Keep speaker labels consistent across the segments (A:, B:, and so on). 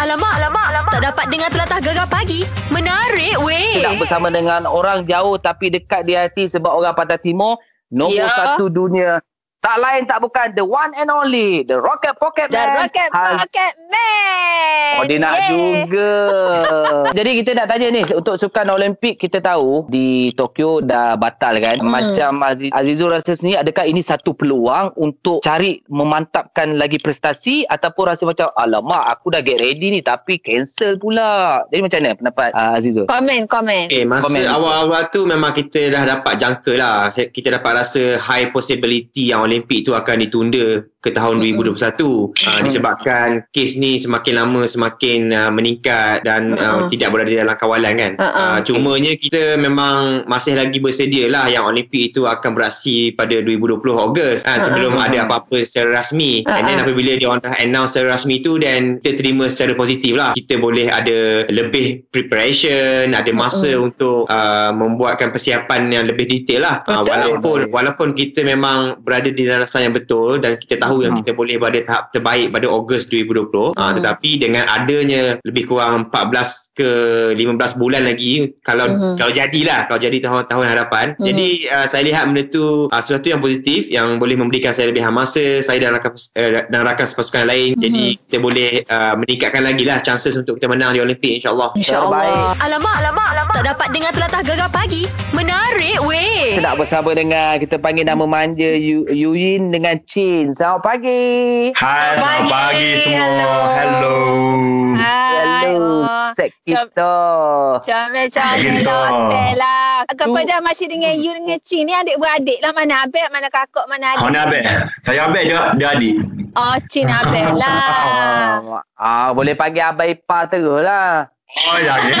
A: alamak, alamak, alamak. Tak dapat dengar telatah gegar pagi. Menarik weh.
B: Eh?
C: Tidak bersama dengan orang jauh tapi dekat di hati sebab orang Pantai Timur nombor
B: Ya.
C: satu dunia. Tak lain tak bukan the one and only the Rocket Pocket
B: The
C: Man.
B: Rocket
C: Haz-
B: Pocket Man.
C: Oh dia nak
B: Yeay.
C: juga. Jadi kita nak tanya ni untuk sukan Olimpik kita tahu di Tokyo dah batal kan.
B: Hmm.
C: Macam Aziz, Azizul rasa sendiri adakah ini satu peluang untuk cari memantapkan lagi prestasi ataupun rasa macam alamak aku dah get ready ni tapi cancel pula. Jadi macam mana pendapat uh, Azizul?
B: Komen, komen.
D: Eh, masa
C: Komen.
D: awal-awal tu memang kita dah dapat jangka lah. Se- Kita dapat rasa high possibility yang Olimpik tu akan ditunda ke tahun 2021. Uh, disebabkan kes ni semakin lama semakin uh, meningkat dan uh,
B: Mm-mm. Ah,
D: tidak berada dalam kawalan kan.
B: Mm-mm.
D: Uh, cumanya kita memang masih lagi bersedia lah yang Olimpik itu akan beraksi pada 2020 Ogos. Uh, sebelum
C: Mm-mm.
D: ada apa-apa secara rasmi.
B: Ah,
D: And then
B: ah.
D: apabila dia orang dah announce secara rasmi tu then kita terima secara positif lah. Kita boleh ada lebih preparation, ada masa untuk uh, membuatkan persiapan yang lebih detail lah. Uh,
B: Betul.
D: walaupun walaupun kita memang berada di dalam rasa yang betul dan kita tahu yang
C: Mm.
D: kita boleh pada tahap terbaik pada Ogos 2020. Uh,
B: Mm.
D: tetapi dengan adanya lebih kurang 14 ke 15 bulan lagi kalau
B: Mhm.
D: kalau jadilah kalau jadi tahun-tahun hadapan
B: Mhm.
D: jadi uh, saya lihat benda tu uh, sesuatu yang positif yang boleh memberikan saya lebih hamasa saya dan rakan uh, dan rakan sepasukan lain
B: Mhm.
D: jadi kita boleh uh, meningkatkan lagi lah chances untuk kita menang di Olimpik insyaAllah
B: InsyaAllah.
A: Alamak, alamak, alamak. Tak dapat dengar telatah gegar pagi. Menarik weh.
C: Kita nak bersama dengan kita panggil nama manja Yu, Yuin dengan Chin. Selamat pagi.
E: Hai,
B: Selamat
E: selamat pagi
B: pagi,
E: semua.
B: hello.
E: Hello.
B: Hai.
C: Hello,
B: oh.
C: set
B: Jom.
C: kita.
B: Comel, comel,
E: Gitu.
B: lotel lah. Kepada
C: Tu-
B: masih dengan you dengan Cik ni adik-beradik lah. Mana abek, mana kakak, mana adik.
E: Kau nak abang? Saya abang dia, dia adik.
B: Oh, Cik nak abek lah.
C: Ah. ah, boleh panggil Abang Ipah terus lah.
E: Oh, ya ke?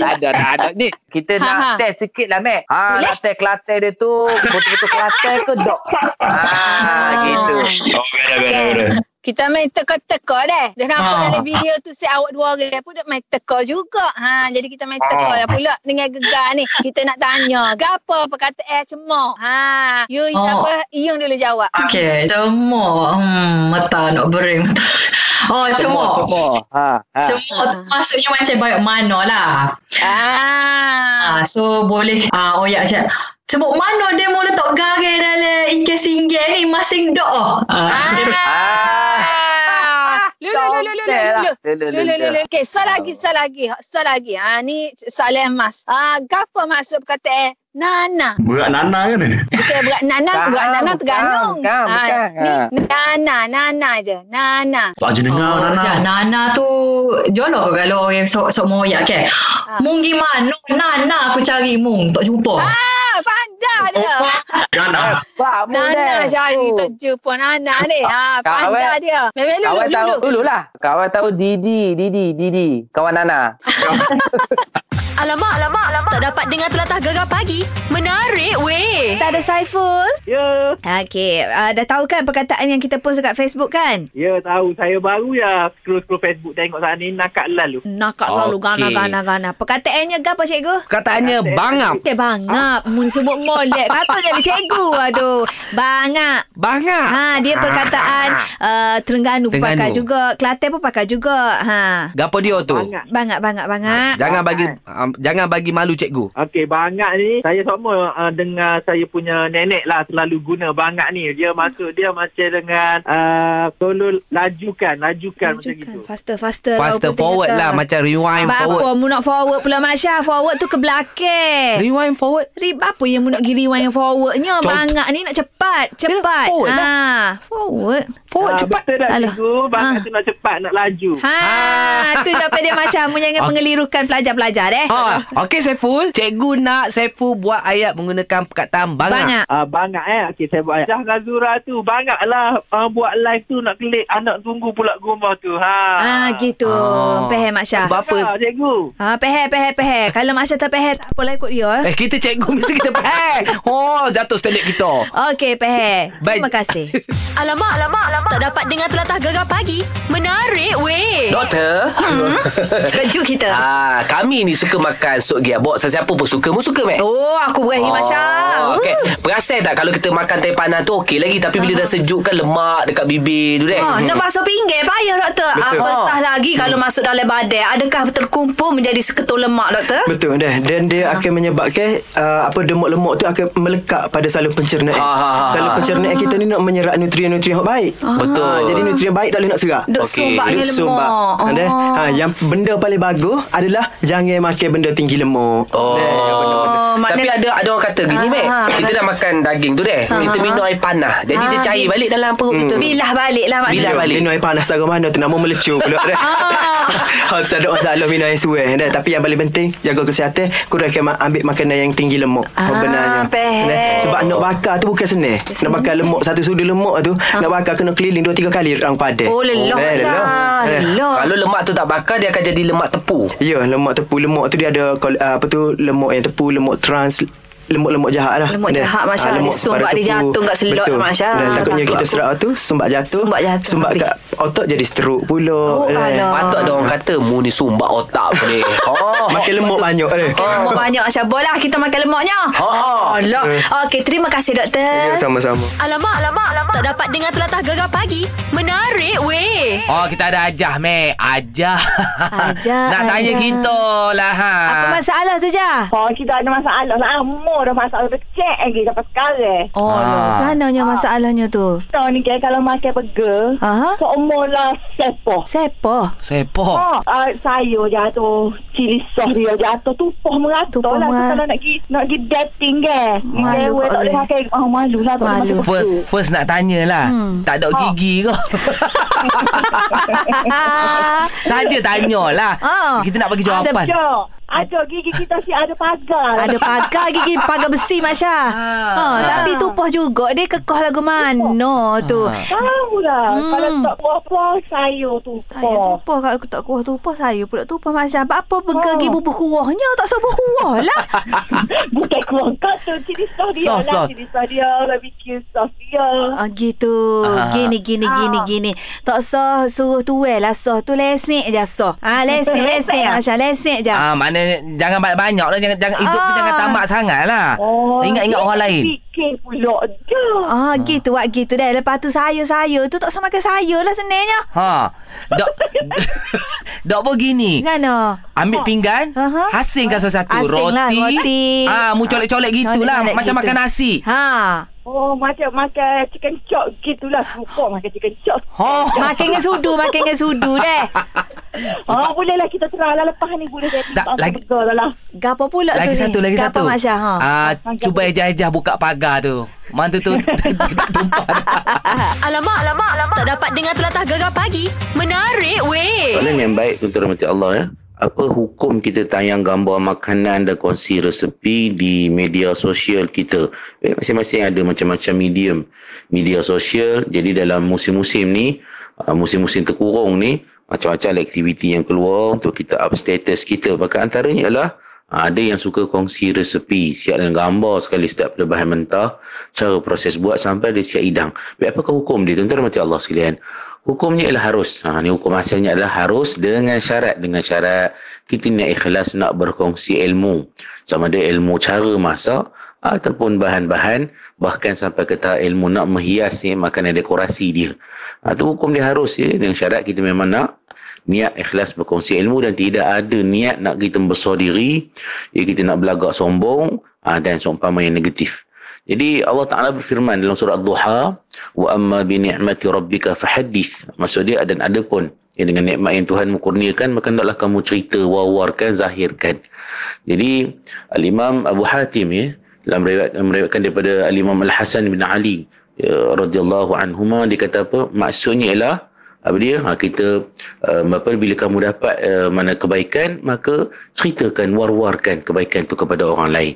C: Tak ada, tak ada. Ni, kita
B: Ha,
C: nak
B: ha.
C: test sikit lah, Mac. Ha,
B: Boleh?
C: nak test Kelantan dia tu. Betul-betul Kelantan ke, dok?
B: Ah.
C: Ah, gitu.
E: Oh, beda, beda, beda.
B: Kita main teka-teka deh. Dah nampak
E: Ah.
B: dalam video tu si awak dua orang pun duk main teka juga. Ha, jadi kita main teka
E: Ah.
B: lah pula dengan gegar ni. Kita nak tanya, gapo perkataan cemak? "Eh, Ha, you
F: Oh.
B: apa? Iyung dulu jawab.
F: Okey, cemok. Hmm, mata nak bering. Mata. Oh, cemok.
C: Cemok. Ha, ha.
F: Cemok tu maksudnya macam baik mana lah.
B: Ah.
F: Ah, so boleh ah oyak macam cemok mana dia mula letak garai dalam ikan singgah ni masing dok. oh. Ah.
C: Ah.
B: Ah. Lulu, lulu, lulu,
C: lah.
B: lulu.
C: Lulu,
B: Lulu, lulu. Okey, so lagi, so lagi. So lagi. Ha, ni soalan emas. Ah, gapo maksud perkataan Nana?
E: Berat Nana ke ni?
B: Bukan berat
C: Bukan,
B: nanang, berat nanang
C: bukan,
B: terganung.
C: bukan,
B: Ah,
C: bukan.
B: Ni nana, nana je. Nana.
E: Tak je dengar
F: Oh,
E: Nana.
F: jap, Nana tu jolo kalau orang sok sok moyak ke.
B: Ah.
F: Mung gimana? Nana aku cari mung tak jumpa.
B: Ah, pandai dia.
E: Nana.
C: Pak
B: Nana cari tak jumpa Nana ni. Ha, pandai
C: Kawan-
B: dia. Memang lulu
C: Kawan tahu
B: Eh, dulu.
C: dulu lah. Kawan tahu Didi, Didi, Didi. Kawan Nana.
A: Alamak, alamak, alamak. Tak dapat dengar telatah gegar pagi. Menarik weh.
G: Tak ada Saiful?
H: Ya,
G: Okey, uh, dah tahu kan perkataan yang kita post dekat Facebook kan?
H: ya tahu. Saya baru ya scroll-scroll Facebook tengok sana ni nakat lalu.
G: Nakak lalu
I: Okey.
G: gana gana gana. Perkataannya gapo cikgu?
I: Kataannya bangap.
G: Kita bangap, mun sebut molek patut jadi cikgu. Aduh, bangap.
I: Bangap.
G: Ha, dia perkataan uh, Terengganu, pun
I: Terengganu.
G: pakai juga, Kelantan pun pakai juga. Ha. ah,
I: Gapo dia tu?
G: Bangap
H: Bangat.
G: bangap
C: Ah, Ha?
G: bangap.
I: Jangan bagi um, jangan bagi malu cikgu.
H: Okey, bangat ni saya sama uh, dengar saya punya nenek lah selalu guna bangat ni. Dia masuk dia macam dengan uh, tolong lajukan, lajukan macam gitu.
G: Faster faster.
I: Faster forward lah macam rewind forward.
G: Bapa mu nak forward pula Masya Forward tu ke belakang
I: Rewind forward.
G: Rib apa yang mu nak giri wang yang forwardnya
I: Contoh-
G: Bangak ni nak cepat Cepat
I: Yalah, forward
G: ha,
I: lah.
G: Forward
I: Forward
H: Ah,
I: cepat.
H: Betul tak
G: Alah.
H: cikgu? Bangat
G: Ah.
H: tu nak cepat, nak laju.
G: Ha, tu sampai dia macam mu jangan
I: Ah.
G: mengelirukan pelajar-pelajar eh.
I: Ha, okey Saiful, cikgu nak Saiful buat ayat menggunakan perkataan bangap.
G: Bangak.
H: Ah, bangat eh. Okey, saya buat. Dah Nazura tu, bangat lah uh, buat live tu nak kelik anak tunggu pula rumah tu. Ha.
G: Ah gitu.
I: Ah.
G: Pehe Mak Syah.
I: Sebab apa?
H: Ha, cikgu.
G: Ha, pehe, pehe, pehe. Kalau Mak Syah tak pehe, tak apalah ikut dia. Eh.
I: Eh kita cikgu mesti kita pack. Oh, jatuh standard kita.
G: Okey, pehe.
I: Baik.
G: Terima kasih.
A: Alamak, alamak, alamak. Tak dapat dengar telatah gegar pagi. Menarik weh.
I: Doktor,
A: Kejut kita.
I: ah, kami ni suka
J: makan sup gearbox, sesiapa pun suka. Mu suka, Mac? Oh,
G: Oh, Hmm. aku bukan Himat
I: Oh,
G: Syah.
J: okay. Perasan tak kalau kita makan teh panas tu okey lagi tapi bila
G: Ah.
J: dah sejuk kan lemak dekat bibir tu dek.
G: Ha, nak basuh pinggir payah doktor.
J: Eh, Betul. Hmm.
G: Apatah lagi kalau masuk dalam badan. Adakah terkumpul menjadi seketul lemak doktor?
K: Betul dah. Dan dia akan menyebabkan uh, apa demuk-lemuk tu akan melekat pada saluran pencernaan.
J: Ha, ha, ha.
K: Saluran pencernaan kita ni nak menyerap nutrien-nutrien yang baik.
J: Betul.
K: Ha, jadi nutrien baik tak boleh nak serap.
G: Duk
J: Okey.
G: sumbaknya
K: Dia
G: lemak. Oh.
K: sumbak. Ada. Ha,
J: ya.
K: yang benda paling bagus adalah jangan makan benda tinggi lemak.
J: Oh.
G: Eh, maknanya-
J: Tapi ada ada orang kata gini,
G: Ah,
J: Mac.
G: ah.
J: Kita dah makan daging tu dek.
G: Ah,
J: Kita
G: ah.
J: minum air panas. Jadi dia
G: Ah,
J: cair
G: bi-
J: balik dalam perut kita tu.
G: Bilah balik Ah. lah
J: Bilah
G: maknanya.
J: balik.
K: Minum air panas tak mana tu nama melecur pula dah. Ha, tak ada masalah minum air suai dah. Tapi yang paling penting jaga kesihatan, kurangkan ma- ambil makanan yang tinggi lemak.
G: Ah,
K: sebenarnya.
G: best.
K: Dah. Sebab nak bakar tu bukan senang. Nak bakar lemak satu sudu lemak tu, nak bakar kena keliling 2 3 kali orang Eh, padan.
G: Ah. Oh, lelah
K: Dah,
G: macam.
K: Dah.
G: Lelah.
J: Eh, Kalau lemak tu tak bakar dia akan jadi lemak tepu.
G: Ah.
K: Ya, lemak tepu lemak tu dia ada kol- ah, apa tu lemak yang tepu, lemak trans lemak-lemak jahat lah
G: Lemak
K: Dah.
G: jahat, Masya
K: Ah,
G: Allah.
K: lemak
G: Dia sumbat, dia
K: separuh tepu.
G: jatuh kat selot,
K: Betul.
G: Masya
K: Dan
G: Allah.
K: takutnya
G: Takut
K: kita
G: aku.
K: serap tu Sumbat jatuh
G: Sumbat jatuh,
K: Sumbat
G: habis.
K: kat otak jadi stroke pula Eh,
G: Oh,
K: Dah.
G: alah.
J: Patut ada orang kata mu ni sumbat otak pun ni. Oh.
K: Makan lemak banyak dah.
G: Makan lemak Oh, banyak Syabah lah Kita makan lemaknya
J: Ha, ha.
G: Alah Okey terima kasih
K: Ya,
G: doktor
K: Sama-sama
L: Alamak, alamak, alamak. Tak dapat dengar telatah gegar pagi. Menarik weh.
C: Oh, kita ada Ajah, Mac. Ajah.
G: Ajah,
C: Nak tanya
G: Ajah.
C: kita lah. Ha.
J: Ah.
G: Apa masalah tu Jah?
H: Oh, kita ada masalah. Lama dah masalah kecil lagi sampai sekarang. eh.
G: Oh, ah.
C: Ah.
G: kananya masalahnya tu.
H: Kita ni kan kalau makan burger,
G: Aha.
H: seumur lah sepoh.
G: Sepo.
C: Sepo.
H: Oh, uh, sayur jatuh, cili sos dia jatuh, tumpah merata
G: Tumpah
H: tumpah lah.
G: merata.
H: Tu Kalau nak pergi, nak pergi dating kan.
G: Malu
H: Dia
G: kot
H: tak boleh
G: weh.
H: pakai, oh, malu lah. Tak
G: Malu.
H: malu.
C: First, first nak tanya lah.
G: Hmm.
C: Tak ada gigi ke? Saja tanya lah.
G: Ah.
C: Kita nak bagi jawapan.
H: Ada, ada Ya, gigi kita si ada pagar.
G: Ada pagar gigi pagar besi Masya. Ha,
C: Ah.
G: tapi tumpah juga dia kekah lagu mana tu.
C: Ah.
H: Tahu lah.
G: Hmm.
H: Kalau tak buah-buah, sayur tumpah.
G: Saya tumpah kalau aku tak kuah tumpah saya pula tumpah Masya. Apa apa pergi bubuh kuahnya tak sabar kuah lah.
H: Bukan keluar kata, cili sos dia
C: Sos,
H: lah.
C: sos.
H: Cili sos dia lah, bikin sos dia.
G: Ah, gitu.
C: Ah.
G: Gini, gini, gini, gini. Tak sah suruh tuai lah sah. Tu lesnik je sah. Ah, lesnik, lesnik. Masya, lesnik je.
C: Ah, mana jangan banyak-banyak lah. Jangan, jangan, hidup tu
G: Ah.
C: jangan tamak sangat lah. Ingat-ingat orang lain.
H: Oh, Fikir pula je.
G: Ah, gitu buat gitu dah. Lepas tu sayur-sayur tu tak usah makan sayur lah sebenarnya.
C: Ha. Dok Dok pun gini.
G: Kan?
C: Ambil pinggan,
G: Aha.
C: asing kasut satu,
G: Asing
C: roti.
G: lah, roti.
C: Ah, mu colek-colek gitulah,
G: Colek-colek
C: macam
G: gitu.
C: makan nasi.
G: Ha.
H: Oh, macam makan chicken chop gitulah. Suka makan chicken chop.
C: Ha.
G: Makan Oh, dengan sudu, makan dengan sudu deh.
H: Oh, bolehlah kita try lah. Lepas ni boleh jadi.
C: Tak, lagi-
H: Betul lah.
G: Gapo pula
C: Lagi
G: tu
C: satu,
G: ni?
C: lagi
G: Gapo
C: satu.
G: Masya, ha.
C: Ah, cuba ejah-ejah buka pagar tu. Mantu tu tak tumpah dah.
L: Alamak, alamak, alamak. Tak dapat dengar telatah gegar pagi. Menarik weh.
M: Soalan yang baik tu terima kasih Allah ya. Apa hukum kita tayang gambar makanan dan kongsi resepi di media sosial kita? Eh, masing-masing ada macam-macam medium. Media sosial, jadi dalam musim-musim ni, ah, musim-musim terkurung ni, macam-macam aktiviti yang keluar untuk kita up status kita. Maka antaranya ialah ah, ada yang suka kongsi resepi, siap dan gambar sekali setiap perlebahan mentah, cara proses buat sampai dia siap hidang. Baik, apakah hukum dia? Tuan-tuan mati Allah sekalian. Hukumnya ialah harus. Ha, ni hukum asalnya adalah harus dengan syarat. Dengan syarat kita nak ikhlas nak berkongsi ilmu. Sama ada ilmu cara masak ataupun bahan-bahan bahkan sampai ke tahap ilmu nak menghias eh, makanan dekorasi dia. Ha, tu hukum dia harus eh, dengan syarat kita memang nak niat ikhlas berkongsi ilmu dan tidak ada niat nak kita membesar diri, ya, kita nak belagak sombong ha, dan seumpama yang negatif. Jadi Allah Taala berfirman dalam surah Ad-Duha, "Wa amma bi ni'mati rabbika fahaddith." Maksud dia dan ada pun ya, dengan nikmat yang Tuhan kurniakan maka hendaklah kamu cerita, wawarkan, zahirkan. Jadi Al-Imam Abu Hatim ya dalam riwayat meriwayatkan daripada Al-Imam Al-Hasan bin Ali ya, radhiyallahu anhuma dia kata apa? Maksudnya ialah apa dia ha, kita uh, apa bila kamu dapat uh, mana kebaikan maka ceritakan war-warkan kebaikan tu kepada orang lain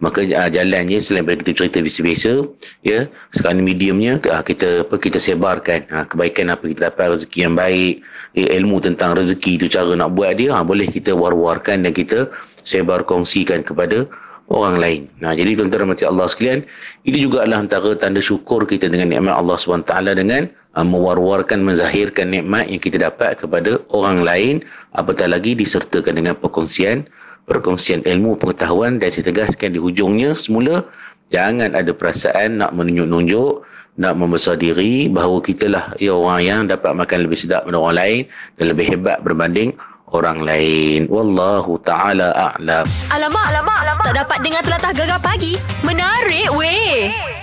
M: maka uh, jalannya selain daripada kita cerita biasa-biasa ya sekarang ni mediumnya uh, kita apa kita sebarkan uh, kebaikan apa kita dapat rezeki yang baik ya, ilmu tentang rezeki tu cara nak buat dia uh, boleh kita war-warkan dan kita sebar kongsikan kepada orang lain. Nah, jadi tuan-tuan dan Allah sekalian, ini juga adalah antara tanda syukur kita dengan nikmat Allah SWT dengan uh, mewar-warkan, menzahirkan nikmat yang kita dapat kepada orang lain, apatah lagi disertakan dengan perkongsian perkongsian ilmu pengetahuan dan saya tegaskan di hujungnya semula jangan ada perasaan nak menunjuk-nunjuk nak membesar diri bahawa kitalah ya orang yang dapat makan lebih sedap daripada orang lain dan lebih hebat berbanding orang lain wallahu taala a'lam
G: Alamak, alamak, alamak. Tak dapat dengar telatah gegar pagi. Menarik weh.